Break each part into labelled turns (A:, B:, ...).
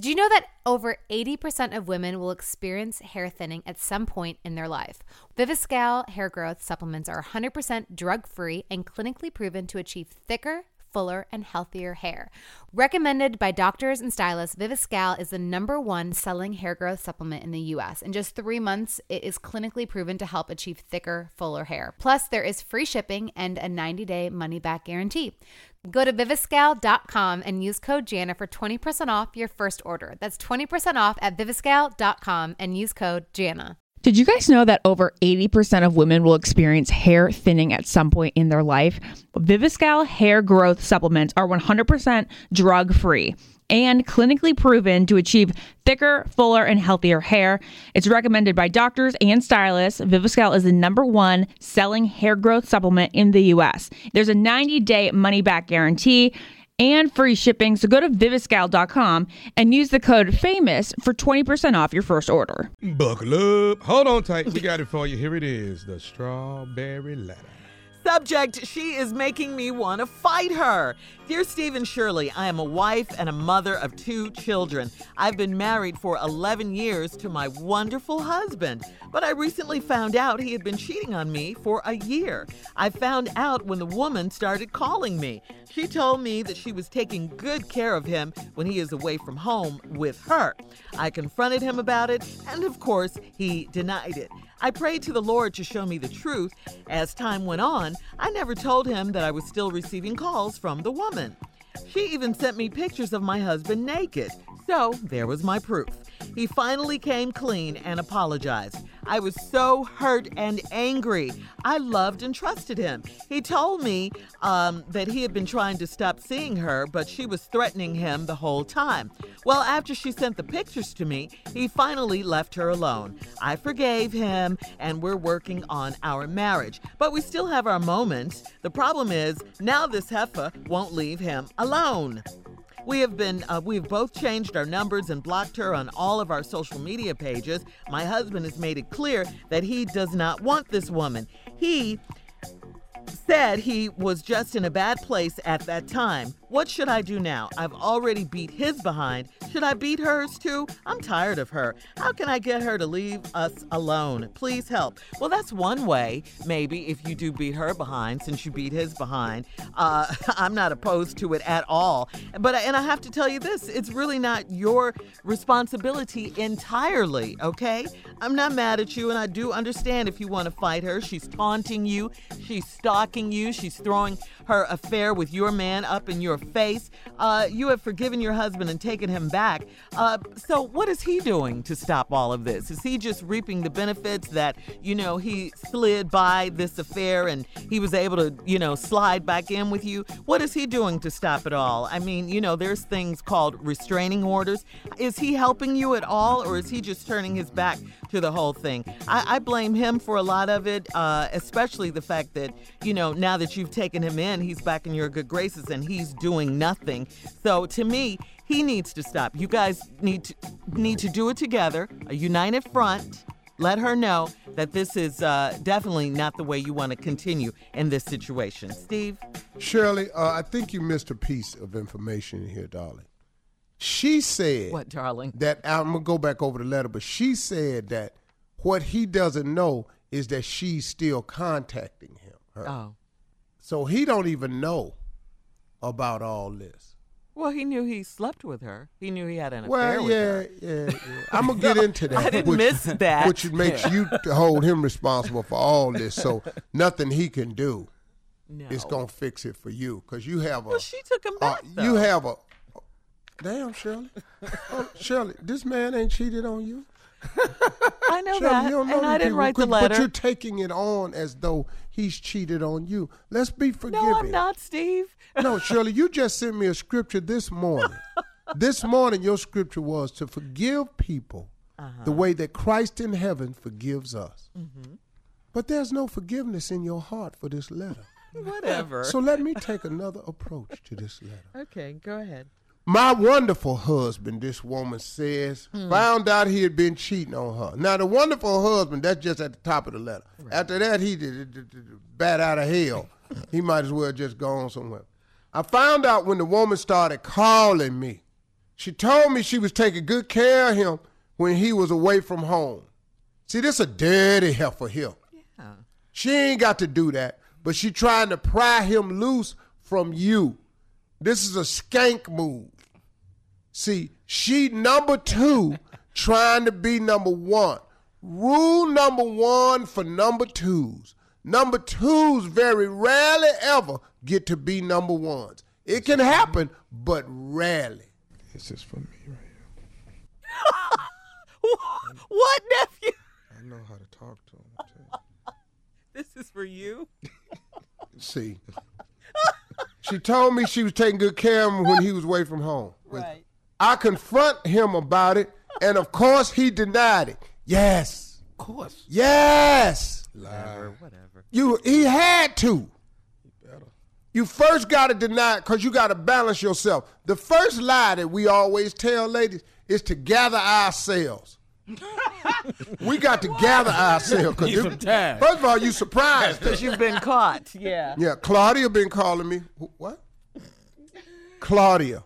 A: Do you know that over 80% of women will experience hair thinning at some point in their life? Viviscal hair growth supplements are 100% drug free and clinically proven to achieve thicker, fuller, and healthier hair. Recommended by doctors and stylists, Viviscal is the number one selling hair growth supplement in the US. In just three months, it is clinically proven to help achieve thicker, fuller hair. Plus, there is free shipping and a 90 day money back guarantee. Go to viviscal.com and use code Jana for 20% off your first order. That's 20% off at viviscal.com and use code Jana.
B: Did you guys know that over 80% of women will experience hair thinning at some point in their life? Viviscal hair growth supplements are 100% drug free and clinically proven to achieve thicker, fuller, and healthier hair. It's recommended by doctors and stylists. Viviscal is the number one selling hair growth supplement in the US. There's a 90 day money back guarantee and free shipping. So go to viviscal.com and use the code FAMOUS for 20% off your first order.
C: Buckle up. Hold on tight. We got it for you. Here it is the strawberry letter.
D: Subject, she is making me want to fight her. Dear Stephen Shirley, I am a wife and a mother of two children. I've been married for 11 years to my wonderful husband, but I recently found out he had been cheating on me for a year. I found out when the woman started calling me. She told me that she was taking good care of him when he is away from home with her. I confronted him about it, and of course, he denied it. I prayed to the Lord to show me the truth. As time went on, I never told him that I was still receiving calls from the woman. She even sent me pictures of my husband naked. So there was my proof. He finally came clean and apologized. I was so hurt and angry. I loved and trusted him. He told me um, that he had been trying to stop seeing her, but she was threatening him the whole time. Well, after she sent the pictures to me, he finally left her alone. I forgave him, and we're working on our marriage. But we still have our moments. The problem is, now this heifer won't leave him alone. We have been, uh, we've both changed our numbers and blocked her on all of our social media pages. My husband has made it clear that he does not want this woman. He said he was just in a bad place at that time. What should I do now? I've already beat his behind. Should I beat hers too? I'm tired of her. How can I get her to leave us alone? Please help. Well, that's one way, maybe, if you do beat her behind, since you beat his behind. Uh, I'm not opposed to it at all. But, and I have to tell you this it's really not your responsibility entirely, okay? I'm not mad at you, and I do understand if you want to fight her. She's taunting you, she's stalking you, she's throwing her affair with your man up in your face. Uh, you have forgiven your husband and taken him back. Uh, so, what is he doing to stop all of this? Is he just reaping the benefits that, you know, he slid by this affair and he was able to, you know, slide back in with you? What is he doing to stop it all? I mean, you know, there's things called restraining orders. Is he helping you at all or is he just turning his back to the whole thing? I, I blame him for a lot of it, uh, especially the fact that, you know, now that you've taken him in, he's back in your good graces and he's doing nothing. So to me, he needs to stop. You guys need to need to do it together, a united front. Let her know that this is uh, definitely not the way you want to continue in this situation. Steve?
C: Shirley, uh, I think you missed a piece of information here, darling. She said
D: What, darling?
C: that I'm gonna go back over the letter, but she said that what he doesn't know is that she's still contacting him. Her.
D: Oh.
C: So he don't even know about all this.
D: Well, he knew he slept with her. He knew he had an affair
C: Well,
D: with
C: yeah,
D: her.
C: yeah, yeah. I'm gonna get into that.
D: I didn't
C: which,
D: miss that.
C: Which makes you to hold him responsible for all this. So nothing he can do
D: No.
C: is gonna fix it for you, cause you have a.
D: Well, she took him
C: Uh,
D: back.
C: you
D: though.
C: have a damn Shirley. Oh, Shirley, this man ain't cheated on you.
D: I know
C: Shirley,
D: that,
C: you don't know
D: and I
C: these
D: didn't
C: people,
D: write the
C: could-
D: letter.
C: But you're taking it on as though he's cheated on you. Let's be forgiving.
D: no, I'm not, Steve.
C: No, Shirley, you just sent me a scripture this morning. this morning, your scripture was to forgive people
D: Uh-huh.
C: the way that Christ in heaven forgives us.
D: Mm-hmm.
C: But there's no forgiveness in your heart for this letter.
D: Whatever.
C: So let me take another approach to this letter.
D: okay, go ahead.
C: My wonderful husband, this woman says, found out he had been cheating on her. Now, the wonderful husband, that's just at the top of the letter. After that, he did, did- did- bat out of hell. he might as well just go on somewhere. I found out when the woman started calling me, She told me she was taking good care of him when he was away from home. See, this a dirty heifer here.
D: Yeah.
C: She ain't got to do that, but she trying to pry him loose from you. This is a skank move. See, she number two trying to be number one. Rule number one for number twos. Number twos very rarely ever get to be number ones. It can happen, but rarely.
E: This is for me right here.
D: what nephew?
E: I know how to talk to him. I tell you.
D: This is for you.
C: See. she told me she was taking good care of him when he was away from home.
D: Right.
C: I confront him about it, and of course he denied it. Yes.
E: Of course.
C: Yes.
E: Liar.
D: Whatever.
C: You he had to.
E: Better.
C: You first gotta deny it because you gotta balance yourself. The first lie that we always tell ladies is to gather ourselves. we got to gather ourselves. Cause you, first of all, you surprised us.
D: You've been caught. Yeah.
C: Yeah, Claudia been calling me. Wh- What? Claudia.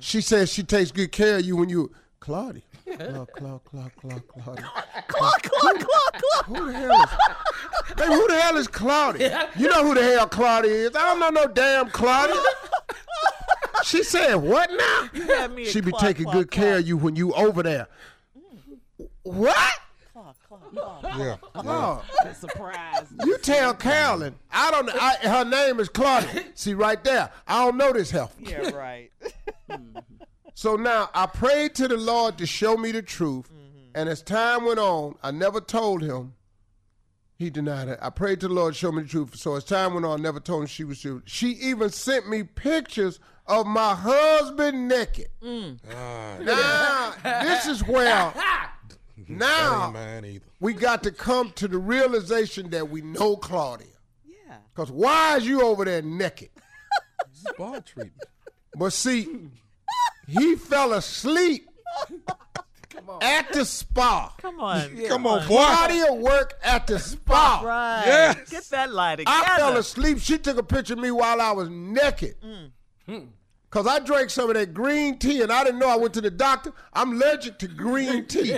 C: She says she takes good care of you when you Claudia. Cla- Cla- Cla- Cla- Claudia.
D: Clock, clock, clock, clock.
C: Who the hell is Baby, who the hell is Claudia? You know who the hell Claudia is. I don't know no damn Claudia. she said what now?
D: Had me at
C: She be
D: clock,
C: taking
D: clock,
C: good
D: clock.
C: care of you when you over there. What?
E: Yeah.
C: Oh.
F: Surprise.
C: You tell Carolyn. I don't know. I, her name is Claudia. See right there. I don't know this heifer.
D: Yeah, right.
C: So now I prayed to the Lord to show me the truth. And as time went on, I never told him. He denied it. I prayed to the Lord to show me the truth. So as time went on, I never told him she was true. She even sent me pictures of my husband naked.
E: Ah,
C: Now, this is where
E: That ain't
C: now
E: mine either.
C: we got to come to the realization that we know Claudia.
D: Yeah.
C: Because why is you over there naked?
E: Spa treatment.
C: But see, he fell asleep at the spa.
D: Come on.
E: Come on, boy.
C: Claudia work at the spa.
D: Right.
E: Yes.
D: Get that lie together.
C: I fell asleep. She took a picture of me while I was naked.
D: Mm. Hmm.
C: Cause I drank some of that green tea and I didn't know I went to the doctor. I'm allergic to green tea.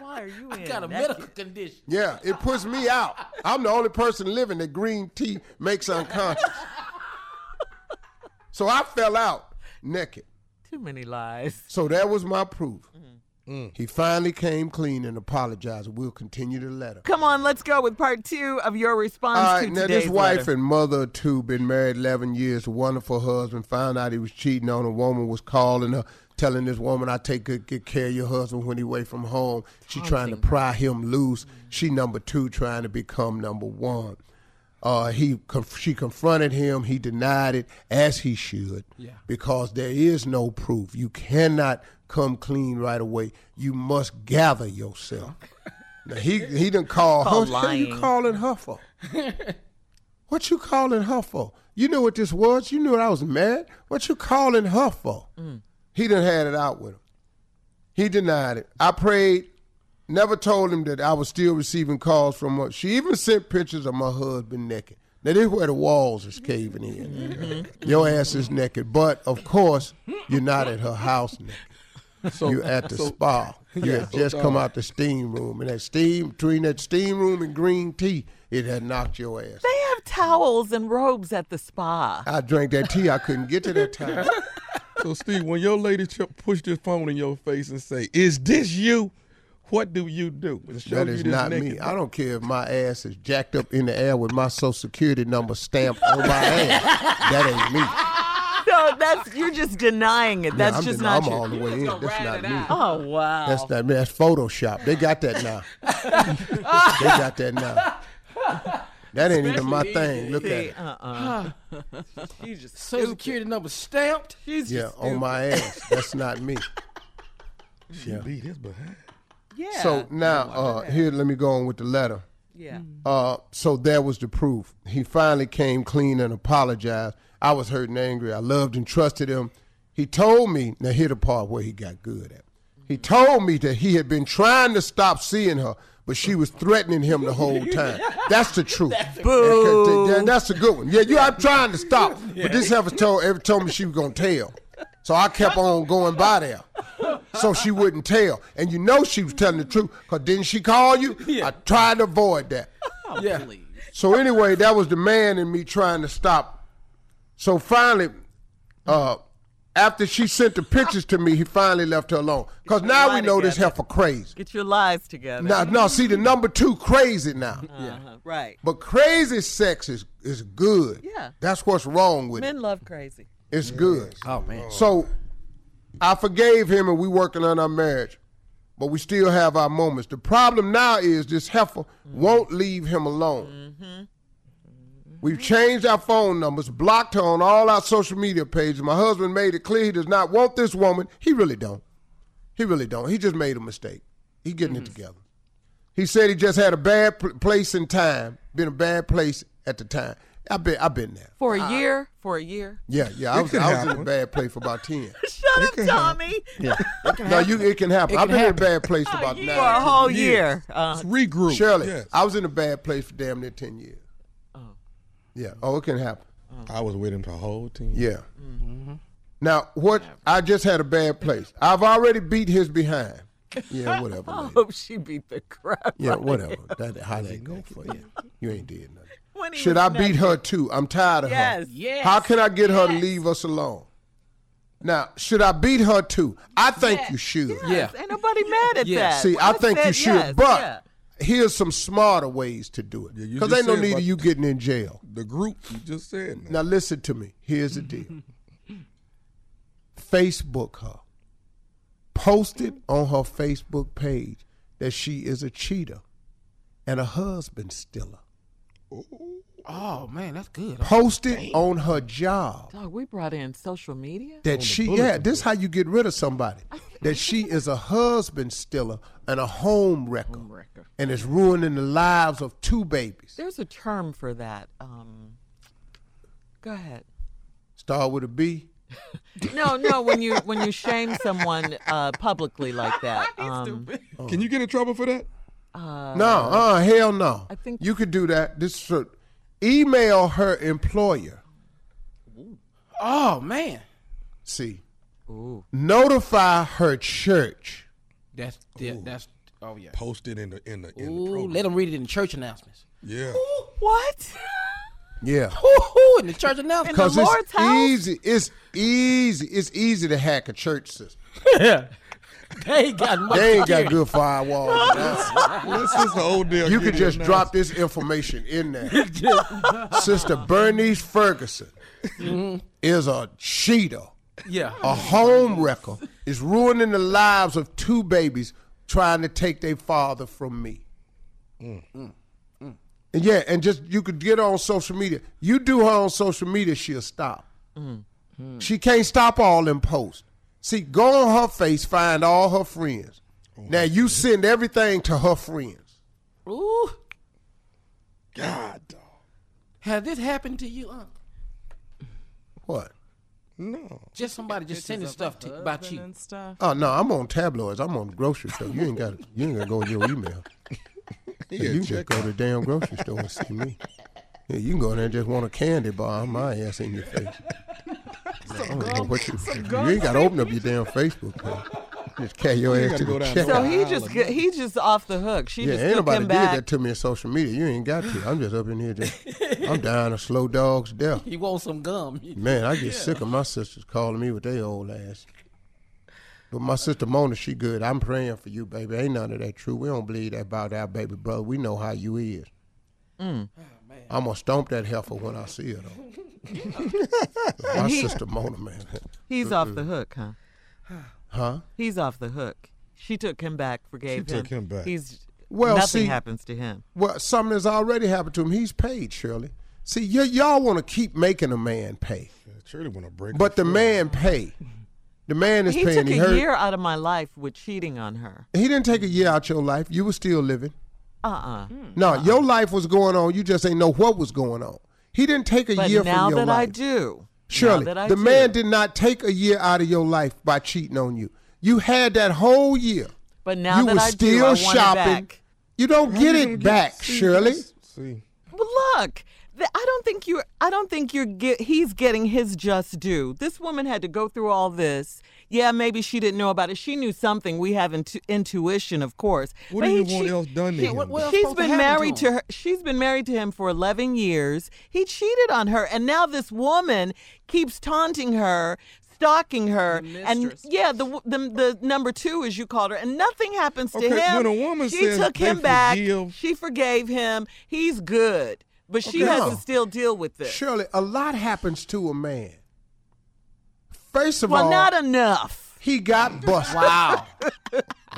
D: Why are you in?
F: Got a
D: that?
F: medical condition.
C: Yeah, it puts me out. I'm the only person living that green tea makes unconscious. So I fell out naked.
D: Too many lies.
C: So that was my proof.
D: Mm-hmm.
C: He finally came clean and apologized. We'll continue the letter.
D: Come on, let's go with part two of your response
C: All
D: to
C: right, now
D: today's
C: this wife
D: letter.
C: and mother of two been married 11 years. Wonderful husband found out he was cheating on a woman. Was calling her, telling this woman, "I take good, good care of your husband when he away from home."
D: Oh,
C: She trying to pry him loose.
D: Mm-hmm.
C: She number two trying to become number one. Uh, he conf- she confronted him. He denied it as he should, yeah. because there is no proof. You cannot come clean right away. You must gather yourself. Now he he done called her.
D: Called
C: What you
D: lying.
C: calling her for? what you calling her for? You knew what this was. You knew I was mad. What you calling her for?
D: Mm.
C: He done had it out with him. He denied it. I prayed. Never told him that I was still receiving calls from her. She even sent pictures of my husband naked. Now this where the walls is caving in. Your ass is naked, but of course you're not at her house naked.
E: So
C: You at the spa. You had just come out the steam room, and that steam between that steam room and green tea, it had knocked your ass.
D: They have towels and robes at the spa.
C: I drank that tea. I couldn't get to that time.
E: So Steve, when your lady ch- push this phone in your face and say, "Is this you?" What do you do? To show
C: That
E: you
C: is
E: this
C: not
E: naked
C: me. I don't care if my ass is jacked up in the air with my social security number stamped on my ass. That ain't me.
D: No, that's you're just denying it. That's
C: I'm,
D: just
C: den-
D: not
C: I'm
D: you.
C: all the way in. That's not me.
D: Oh wow.
C: That's not me. That's Photoshop. They got that now. they got that now. That ain't even my thing. Look at it.
D: uh-uh. She's just
F: Social security number stamped.
D: she's
C: Yeah,
D: just
C: on my ass. That's not me.
E: She leave this behind.
D: yeah.
C: So now, uh, here, let me go on with the letter.
D: yeah.
C: Uh, so there was the proof. He finally came clean and apologized. I was hurt and angry. I loved and trusted him. He told me, now here the part where he got good at. He told me that he had been trying to stop seeing her, but she was threatening him the whole time. That's the truth. Boo. That's a good one. Yeah, you. I'm trying to stop, but this heifer told ever told me she was gonna tell. So I kept on going by there. So she wouldn't tell. And you know she was telling the truth, because didn't she call you? I tried to avoid that.
D: Oh,
F: yeah.
C: So anyway, that was the man in me trying to stop. So finally, uh, after she sent the pictures to me, he finally left her alone. Because now we
D: lying
C: know this
D: together.
C: heifer crazy.
D: Get your lives together.
C: Now, now see the number two crazy now.
D: Uh-huh. Right.
C: But crazy sex is is good.
D: Yeah.
C: That's what's wrong with
D: Men
C: it.
D: love crazy.
C: It's good.
F: Oh man.
C: So I forgave him and we working on our marriage. But we still have our moments. The problem now is this heifer won't leave him alone.
F: Mm-hmm.
C: We've changed our phone numbers, blocked her on all our social media pages. My husband made it clear he does not want this woman. He really don't. He really don't. He just made a mistake. He getting
F: Mm-hmm.
C: it together. He said he just had a bad pl- place in time, been a bad place at the time. I been I've been there.
D: For a year. For a year.
C: Yeah, yeah. I was,
E: could
C: I was in a
E: happen.
C: bad place for about ten.
D: Shut up, Tommy.
C: No, you it can happen.
F: It
C: I've
F: can
C: been
F: happen.
C: in a bad place for about
D: For a
C: nine.
D: whole year. Uh,
E: Regroup.
C: Shirley,
E: Yes.
C: I was in a bad place for damn near ten years. Yeah. Oh, it can happen.
E: I was with him the whole team.
C: Yeah. Now what? I just had a bad place. I've already beat his behind. Yeah, whatever. lady.
D: hope oh, she beat the crap.
C: Yeah, whatever. That how that go for you? You ain't did nothing.
D: When he
C: Should
D: was
C: I
D: mad.
C: beat her too? I'm tired of her.
D: Yes.
F: Yes.
C: How can I get her to leave us alone? Now, should I beat her too? I think you should.
F: Yeah.
D: Ain't nobody mad at
F: Yeah.
D: that.
C: See, I
D: Women
C: think you
D: said
C: should,
D: yes,
C: but
D: yeah.
C: here's some smarter ways to do it.
E: Yeah, you
C: Because
E: just
C: ain't no
E: said
C: need
E: about
C: of you getting in jail.
E: The group you just said. Now.
C: Now listen to me. Here's the deal. Facebook her. Post it on her Facebook page that she is a cheater and a husband stealer.
F: Oh man, that's good.
C: Post it on her job.
D: Dog, we brought in social media.
C: that she yeah this how you get rid of somebody that she is a husband stealer and a home wrecker, and is ruining the lives of two babies
D: There's a term for that. Um, go ahead.
C: start with a b
D: No, no. When you when you shame someone uh, publicly like that, um,
C: Oh.
E: Can you get in trouble for that?
C: no uh hell no
D: I think-
C: you could do that this should email her employer
F: Oh man.
C: see notify her church
F: That's yeah, that's oh yeah.
E: Post it in the in the in the
F: Ooh,
E: program.
F: let them read it in church announcements.
E: yeah.
D: what?
C: yeah
F: Ooh, in the church announcements.
C: because
D: the
C: it's
D: Lord's house?
C: easy it's easy it's easy to hack a church system
F: they ain't got much.
C: they ain't got good firewalls now.
E: This is the old deal.
C: You
E: Get
C: could
E: it
C: just
E: now.
C: drop this information in there. Sister Bernice Ferguson is a cheater,
F: yeah.
C: a home wrecker, is ruining the lives of two babies trying to take their father from me.
E: Mm.
C: Mm. And yeah, and just you could get her on social media. You do her on social media, she'll stop.
E: Mm.
C: She can't stop all them posts. See, go on her face, find all her friends.
E: Oh,
C: now you send everything to her friends.
F: Ooh.
E: God dog.
F: Has this happened to you, Unc?
C: What?
E: No.
F: Just somebody just sending stuff to, about you.
C: Oh no, I'm on tabloids. I'm on grocery store. You ain't got you ain't gotta go in your email.
E: Yeah,
C: you just
E: check
C: go to the damn grocery store and see me. Yeah, you can go there and just want a candy bar. I'm My ass in your face. I don't know what you, you ain't got to open up your damn Facebook page. Just carry your ass
E: gotta
C: to
E: go
C: the
E: down
C: checkout.
D: So
E: Yeah.
D: he just get- he just off the hook. She
C: Yeah,
D: just
C: ain't
D: took
C: nobody
D: him
C: did
D: back.
C: that to me in social media. You ain't got to. I'm just up in here. Just, I'm dying a slow dog's death.
F: He wants some gum.
C: Man, I get sick of my sisters calling me with their old ass. But my sister Mona, she good. I'm praying for you, baby. Ain't none of that true. We don't believe that about our baby brother. We know how you is.
D: Oh,
C: I'm gonna stomp that heifer when I see her though. my sister Mona, man.
D: He's off the hook, huh?
C: Huh?
D: He's off the hook. She took him back, forgave
E: She
D: him.
E: took him back.
D: He's
C: Well,
D: nothing
C: see-
D: happens to him.
C: Well, something has already happened to him. He's paid, Shirley. See, y- y'all want to keep making a man pay,
E: Surely want to break.
C: but the
E: foot.
C: man pay. The man is
D: He
C: paying.
D: took
C: he
D: a
C: hurt.
D: year out of my life with cheating on her.
C: He didn't take a year out your life. You were still living.
D: Uh uh
C: No, your life was going on. You just ain't know what was going on. He didn't take a
D: But
C: year
D: now
C: from your
D: that
C: life.
D: I do,
C: Shirley,
D: now that I
C: the
D: do,
C: man did not take a year out of your life by cheating on you. You had that whole year.
D: But now
C: you
D: that
C: were
D: I do, I
C: still
D: want it
C: shopping.
D: back.
C: You don't
E: How
C: get
E: you
C: it
E: gonna
C: back,
E: see,
C: Shirley.
E: that's- See,
D: Well, look, th- I don't think you're. I don't think you're. Get, he's getting his just due. This woman had to go through all this. Yeah, maybe she didn't know about it. She knew something. We have intu- intuition, of course.
E: What
D: But
E: do you
D: he-
E: want
D: she-
E: else done to
F: Shit,
E: him?
F: what- what else
D: She's
F: supposed to
D: been
F: happen
D: married to
F: him?
D: her. She's been married to him for 11 years. He cheated on her, and now this woman keeps taunting her, stalking her, and
F: mistress.
D: yeah, the, w- the the number two, as you called her, and nothing happens to
E: Okay,
D: him.
E: when a woman
D: she
E: says
D: took
E: they
D: him back.
E: forgive-
D: She forgave him. He's good, but she
C: Okay.
D: has
C: No.
D: to still deal with this.
C: Shirley, a lot happens to a man. First of
D: Well,
C: all,
D: not enough.
C: he got busted.
F: Wow.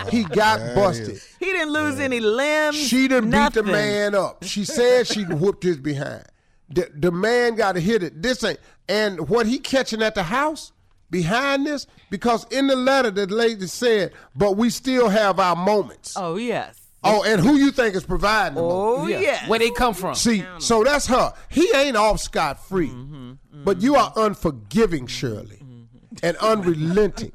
C: He got busted.
D: He didn't lose any limbs.
C: She done beat the
D: nothing.
C: man up. She said she whooped his behind. The, the man got to hit it. This ain't and what he catching at the house behind this because in the letter the lady said, but we still have our moments. Oh,
D: Oh yes.
C: and who you think is providing? the moments?
D: Oh yes.
F: Where they come from?
C: See, so that's her. He ain't off scot free,
D: Mm-hmm,
C: but you are unforgiving, Shirley, and unrelenting,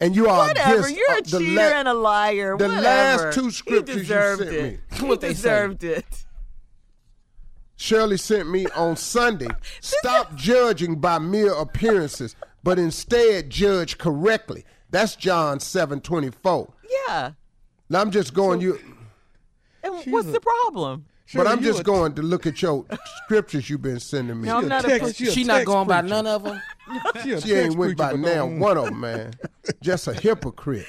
C: and you
D: Mm-hmm.
C: are
D: Whatever.
C: against,
D: You're
C: uh,
D: a
C: the
D: cheater
C: la-
D: and a liar.
C: the last
D: Whatever.
C: two scriptures
D: he
C: you
D: deserved
C: sent
D: it.
F: me.
D: He
F: What they say.
D: deserved it.
C: Shirley sent me on Sunday. Stop judging by mere appearances, but instead judge correctly. That's John seven twenty four.
D: Yeah.
C: Now I'm just going you,
D: And what's the problem?
C: but I'm
E: you
C: just
E: a-
C: going to look at your scriptures you've been sending me.
D: No, I'm not a
E: text,
D: pussy.
E: a
F: She not
E: text
F: going by
E: preacher.
F: none of them.
E: She, a
C: she ain't
E: text
C: went by
E: preacher, but
C: now
E: don't-
C: one of them, man. Just a hypocrite.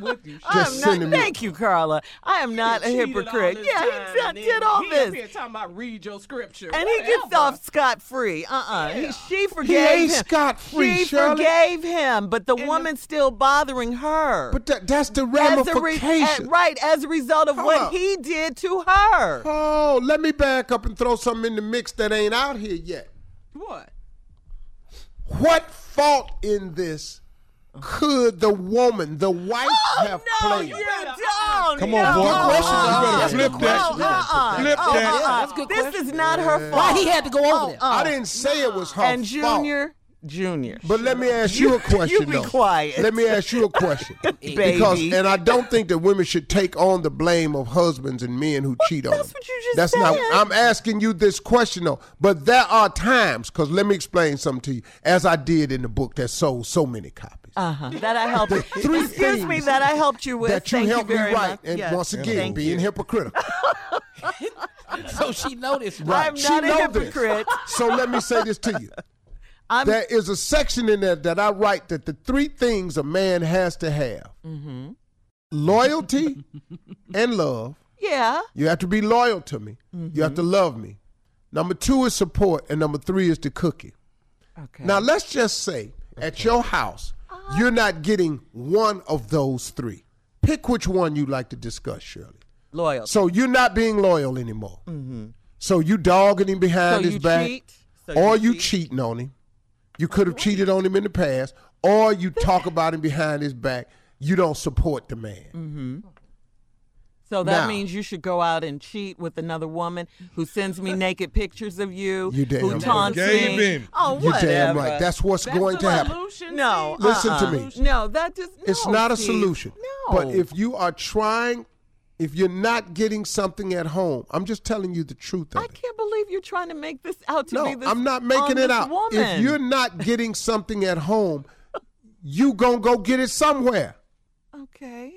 C: Just
D: I'm
C: sending
D: not,
C: me-
D: thank you, Carla. I am not a hypocrite. Yeah, he done- did all this.
F: talking about read your scripture.
D: And he gets off scot free. Uh uh She forgave
C: ain't
D: him.
C: scot-free,
D: She
C: Shirley.
D: forgave him, but the woman's still bothing her.
C: But that, that's the
D: as a re-
C: ramification.
D: uh, right, as a result of
C: Hold
D: what
C: up.
D: he did to her.
C: Oh, let me back up and throw something in the mix that ain't out here yet.
F: What?
C: What fault in this could the woman, the wife,
D: Uh-huh.
C: have
D: Oh, no,
C: played?
D: you don't.
E: Come
D: no.
E: on, boy.
C: Good question.
E: You better
C: That's a good
E: flip that.
D: No, uh-uh.
E: Flip
D: Uh-uh.
E: that.
F: that's a good
D: This
F: question.
D: is not her fault.
F: Why he had to go over
D: Oh,
F: there?
C: I didn't say it was her
D: and
C: fault.
D: Junior, Junior.
C: But let me ask you, a question.
D: you be
C: though.
D: quiet.
C: Let me ask you a question.
D: Baby.
C: Because and I don't think that women should take on the blame of husbands and men who cheat on
D: that's
C: them.
D: what you just
C: That's not.
D: said.
C: I'm asking you this question though. But there are times, because let me explain something to you, as I did in the book that sold so many copies.
D: Uh-huh. That I helped.
C: The three
D: Excuse me,
C: things
D: that I helped you with.
C: that you
D: Thank
C: helped
D: you
C: me
D: very
C: write,
D: much.
C: and
D: Yes.
C: once again,
D: Thank
C: being
D: you.
C: hypocritical.
D: oh,
F: So she noticed.
C: Right.
D: I'm
C: She
D: not a
C: know this.
D: hypocrite.
C: So let me say this to you.
D: I'm-
C: there is a section in there that I write that the three things a man has to have
D: Mm-hmm.
C: loyalty and love.
D: Yeah.
C: You have to be loyal to me. You have to
D: Mm-hmm.
C: love me. Number two is support, and number three is the cookie.
D: Okay.
C: Now, let's just say at your house, you're not getting one of those three. Pick which one you'd like to discuss, Shirley.
D: loyal.
C: So you're not being loyal anymore. So you dogging him
D: Mm-hmm. So
C: behind his
D: you
C: back,
D: cheat. So
C: or you,
D: you
C: cheating on him. You could have cheated on him in the past, or you talk about him behind his back. You don't support the man.
D: So that
C: Now.
D: means you should go out and cheat with another woman who sends me naked pictures of you,
C: You damn
D: who
C: right.
D: taunts
E: Gave
D: me.
E: him.
D: Oh,
C: You're
D: whatever.
C: damn right. That's what's going to happen.
D: no.
C: Listen to
D: uh-uh.
C: me.
D: No, that just no,
C: It's not a
D: Steve.
C: solution.
D: No.
C: But if you are trying, if you're not getting something at home, I'm just telling you the truth of
D: I
C: it.
D: can't believe you're trying to make this out to
C: No,
D: be this.
C: I'm not
D: on
C: making
D: this
C: it out.
D: Woman.
C: If you're not getting something at home, you gonna go get it somewhere.
D: okay.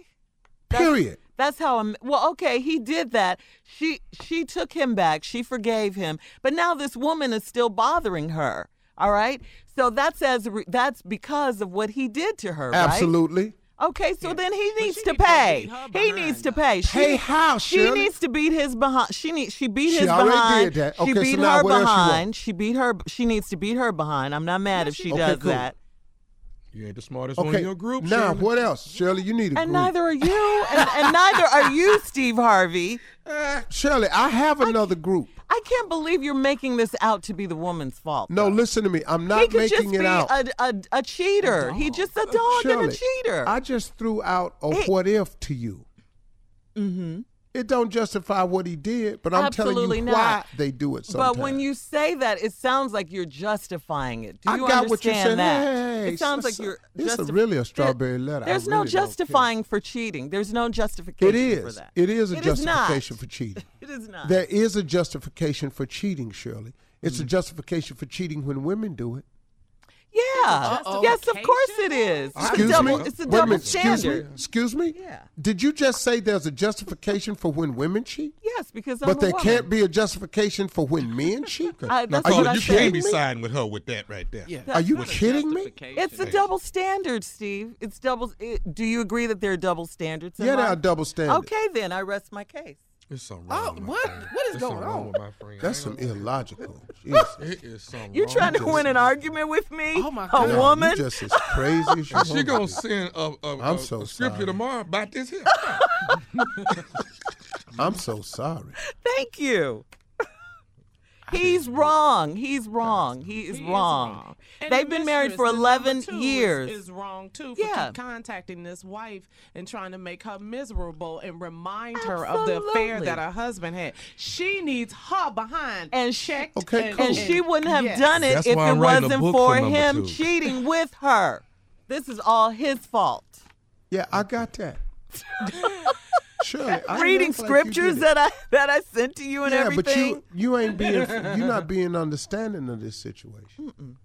C: Period.
D: That's how I'm. Well, okay, he did that. She she took him back. She forgave him, but now this woman is still bothering her. All right, so that's as a re, that's because of what he did to her. right?
C: Absolutely.
D: Okay, so then he needs
F: she
D: to
F: need to
D: pay.
F: beat her
D: He
F: behind,
D: needs to
F: though.
D: pay. She,
C: Pay how,
D: She
C: Shirley?
D: needs to beat his behind. She need, she beat
C: She
D: his
C: already
D: behind.
C: did that.
D: she
C: Okay, so
D: beat
C: now
D: her
C: what else she want?
D: behind. She beat her. She needs to beat her behind. I'm not mad if she
C: Okay,
D: does
C: cool.
D: that.
E: You ain't the smartest one
C: Okay.
E: in your group.
C: now,
E: Shirley.
C: what else, Shirley? You need a
D: And
C: group.
D: neither are you. And, and neither are you, Steve Harvey.
C: Shirley, I have another group.
D: I can't believe you're making this out to be the woman's fault.
C: No, listen to me. I'm
D: he
C: not
D: could just
C: making
D: be
C: it out.
D: a, a, a cheater. he just a dog and
C: Shirley,
D: a cheater.
C: I just threw out a
D: Hey.
C: what if to you. It don't justify what he did, but I'm telling
D: Mm-hmm. Absolutely
C: you
D: not.
C: why they do it sometimes.
D: But when you say that, it sounds like you're justifying it. Do
C: I
D: you
C: got
D: understand
C: what you're saying.
D: that?
C: Hey,
D: it sounds
C: it's
D: like
C: a-
D: you're.
C: it's a
D: justif-
C: really a
D: There-
C: strawberry letter. I
D: There's no
C: really don't care.
D: justifying for cheating. There's no justification
C: It
D: for
C: is.
D: that.
C: It is a
D: It is not.
C: justification for cheating.
D: It is not.
C: There is a justification for cheating, Shirley. It's
D: Mm.
C: a justification for cheating when women do it.
D: yeah.
F: Uh-oh.
D: Yes, of course it is. It's
C: Excuse
D: a double,
C: me.
D: It's a
C: Wait
D: double
C: minute. Excuse me.
D: standard.
C: Excuse me.
D: Yeah.
C: Did you just say there's a justification for when women cheat,
D: Yes, because I'm
C: but
D: a
C: there
D: woman.
C: can't be a justification for when men cheat?
D: I- that's
C: are
D: what
E: Oh,
D: I
E: you, you
D: said.
E: can't
C: kidding
E: be
C: me?
E: siding with her with that right there.
F: Yeah.
C: Are you
F: Not a
C: kidding me?
F: justification.
D: It's a double standard, Steve. It's double. It, do you agree that there are double standards? in
C: Yeah, there
D: life?
C: are double standards.
D: Okay, then I rest my case.
E: There's something
F: Oh,
E: wrong with my
F: what?
E: friend.
F: What is
E: There's
F: going
E: something wrong
F: on?
E: with my friend.
C: That's
E: I
C: some
E: ain't gonna
C: illogical. Jesus.
E: lie. It is something
D: You're
E: wrong
D: trying to
E: with
D: win
E: this
D: an argument with me?
F: Oh, my
D: A
F: God.
D: woman?
C: You just as crazy as
E: And she
C: you
E: gonna send a, a,
C: I'm
E: a-
C: so
E: a scripture
C: sorry.
E: tomorrow about this here.
C: I'm so sorry.
D: Thank you. He's wrong. He's wrong. He is
F: He is
D: wrong.
F: And
D: They've
F: the
D: been married
F: mistress,
D: for
F: the number
D: 11
F: two is-
D: years.
F: Is, wrong too for
D: Yeah.
F: keep contacting this wife and trying to make her miserable and remind her of the affair
D: Absolutely.
F: that her husband had. She needs her behind
D: And she-
F: checked.
C: Okay,
F: and,
C: cool.
D: and she wouldn't have
F: Yes.
D: done it
E: That's
D: if
E: why
D: it
E: I'm writing a
D: wasn't
E: book
D: for
E: for number
D: him
E: two.
D: cheating with her. This is all his fault.
C: Yeah, I got that. Sure.
D: Reading
C: I look like you did
D: scriptures
C: it.
D: that I that I sent to you and
C: yeah,
D: everything.
C: but you you ain't being you're not being understanding of this situation.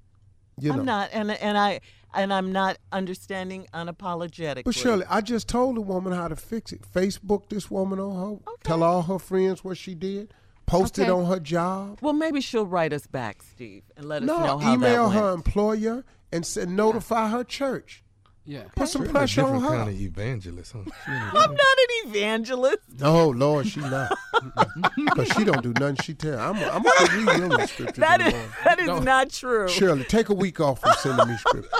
C: You know.
D: I'm not, and and I and I'm not understanding unapologetically.
C: But Shirley, I just told the woman how to fix it. Facebook this woman on her. Tell all her friends what she did. Post it
D: Okay.
C: on her job.
D: Well, maybe she'll write us back, Steve, and let us know
C: No,
D: how
C: email
D: that
C: her
D: went.
C: employer and say, notify her church.
F: yeah.
C: Put some
E: Really
C: pressure on
E: different
C: her.
E: kind of evangelist, huh? She ain't
D: I'm not an evangelist.
C: No, Oh, Lord, she not. Because she don't do nothing she tell. I'm I'm gonna keep reading the scripture.
D: That is that is not true.
C: Shirley, take a week off from sending me scripture.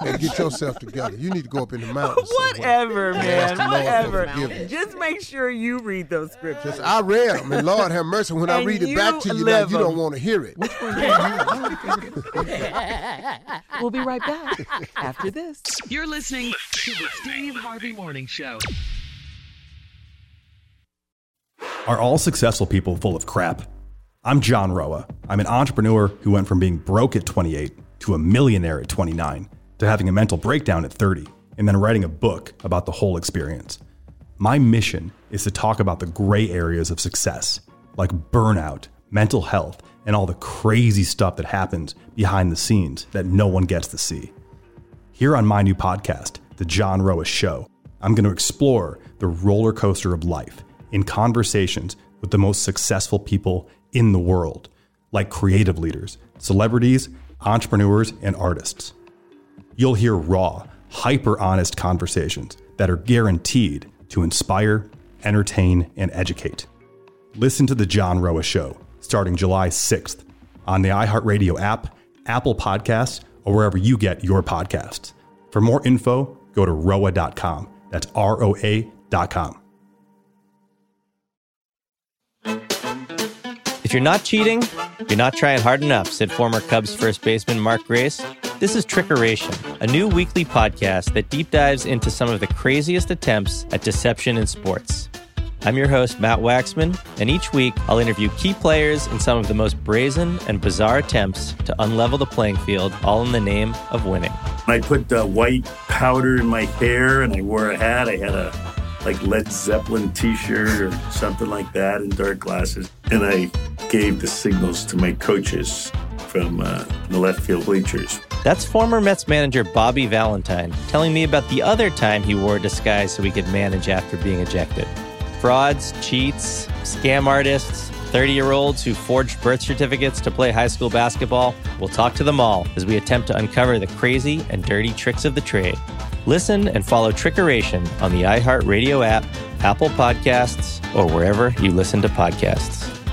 C: and get yourself together. You need to go up in the mountains. somewhere.
D: Whatever,
C: Ask
D: man.
C: the Lord for
D: Whatever.
C: forgiveness.
D: Just make sure you read those scriptures.
C: Just- I read them, and Lord have mercy. When I
D: And
C: read it
D: you
C: back to you, now
D: live
C: you don't
D: 'em.
C: want to hear it.
D: We'll be right back after this.
G: You're listening to the Steve Harvey Morning Show.
H: Are all successful people full of crap? I'm John Roa. I'm an entrepreneur who went from being broke at 28 to a millionaire at 29 to having a mental breakdown at 30 and then writing a book about the whole experience. My mission is to talk about the gray areas of success, like burnout, mental health, and all the crazy stuff that happens behind the scenes that no one gets to see. Here on my new podcast, The John Roa Show, I'm going to explore the roller coaster of life in conversations with the most successful people in the world, like creative leaders, celebrities, entrepreneurs, and artists. You'll hear raw, hyper honest conversations that are guaranteed to inspire, entertain, and educate. Listen to The John Roa Show starting July 6th on the iHeartRadio app, Apple Podcasts, or wherever you get your podcasts. For more info, go to roa.com. That's R O A.com.
I: If you're not cheating, you're not trying hard enough, said former Cubs first baseman Mark Grace. This is Trickeration, a new weekly podcast that deep dives into some of the craziest attempts at deception in sports. I'm your host, Matt Waxman, and each week I'll interview key players in some of the most brazen and bizarre attempts to unlevel the playing field, all in the name of winning.
J: I put uh, white powder in my hair and I wore a hat. I had a like Led Zeppelin t-shirt or something like that and dark glasses. And I gave the signals to my coaches from uh, the left field bleachers.
I: That's former Mets manager Bobby Valentine telling me about the other time he wore a disguise so he could manage after being ejected. Frauds, cheats, scam artists, 30 year olds who forged birth certificates to play high school basketball. We'll talk to them all as we attempt to uncover the crazy and dirty tricks of the trade. Listen and follow Trickeration on the iHeartRadio app, Apple Podcasts, or wherever you listen to podcasts.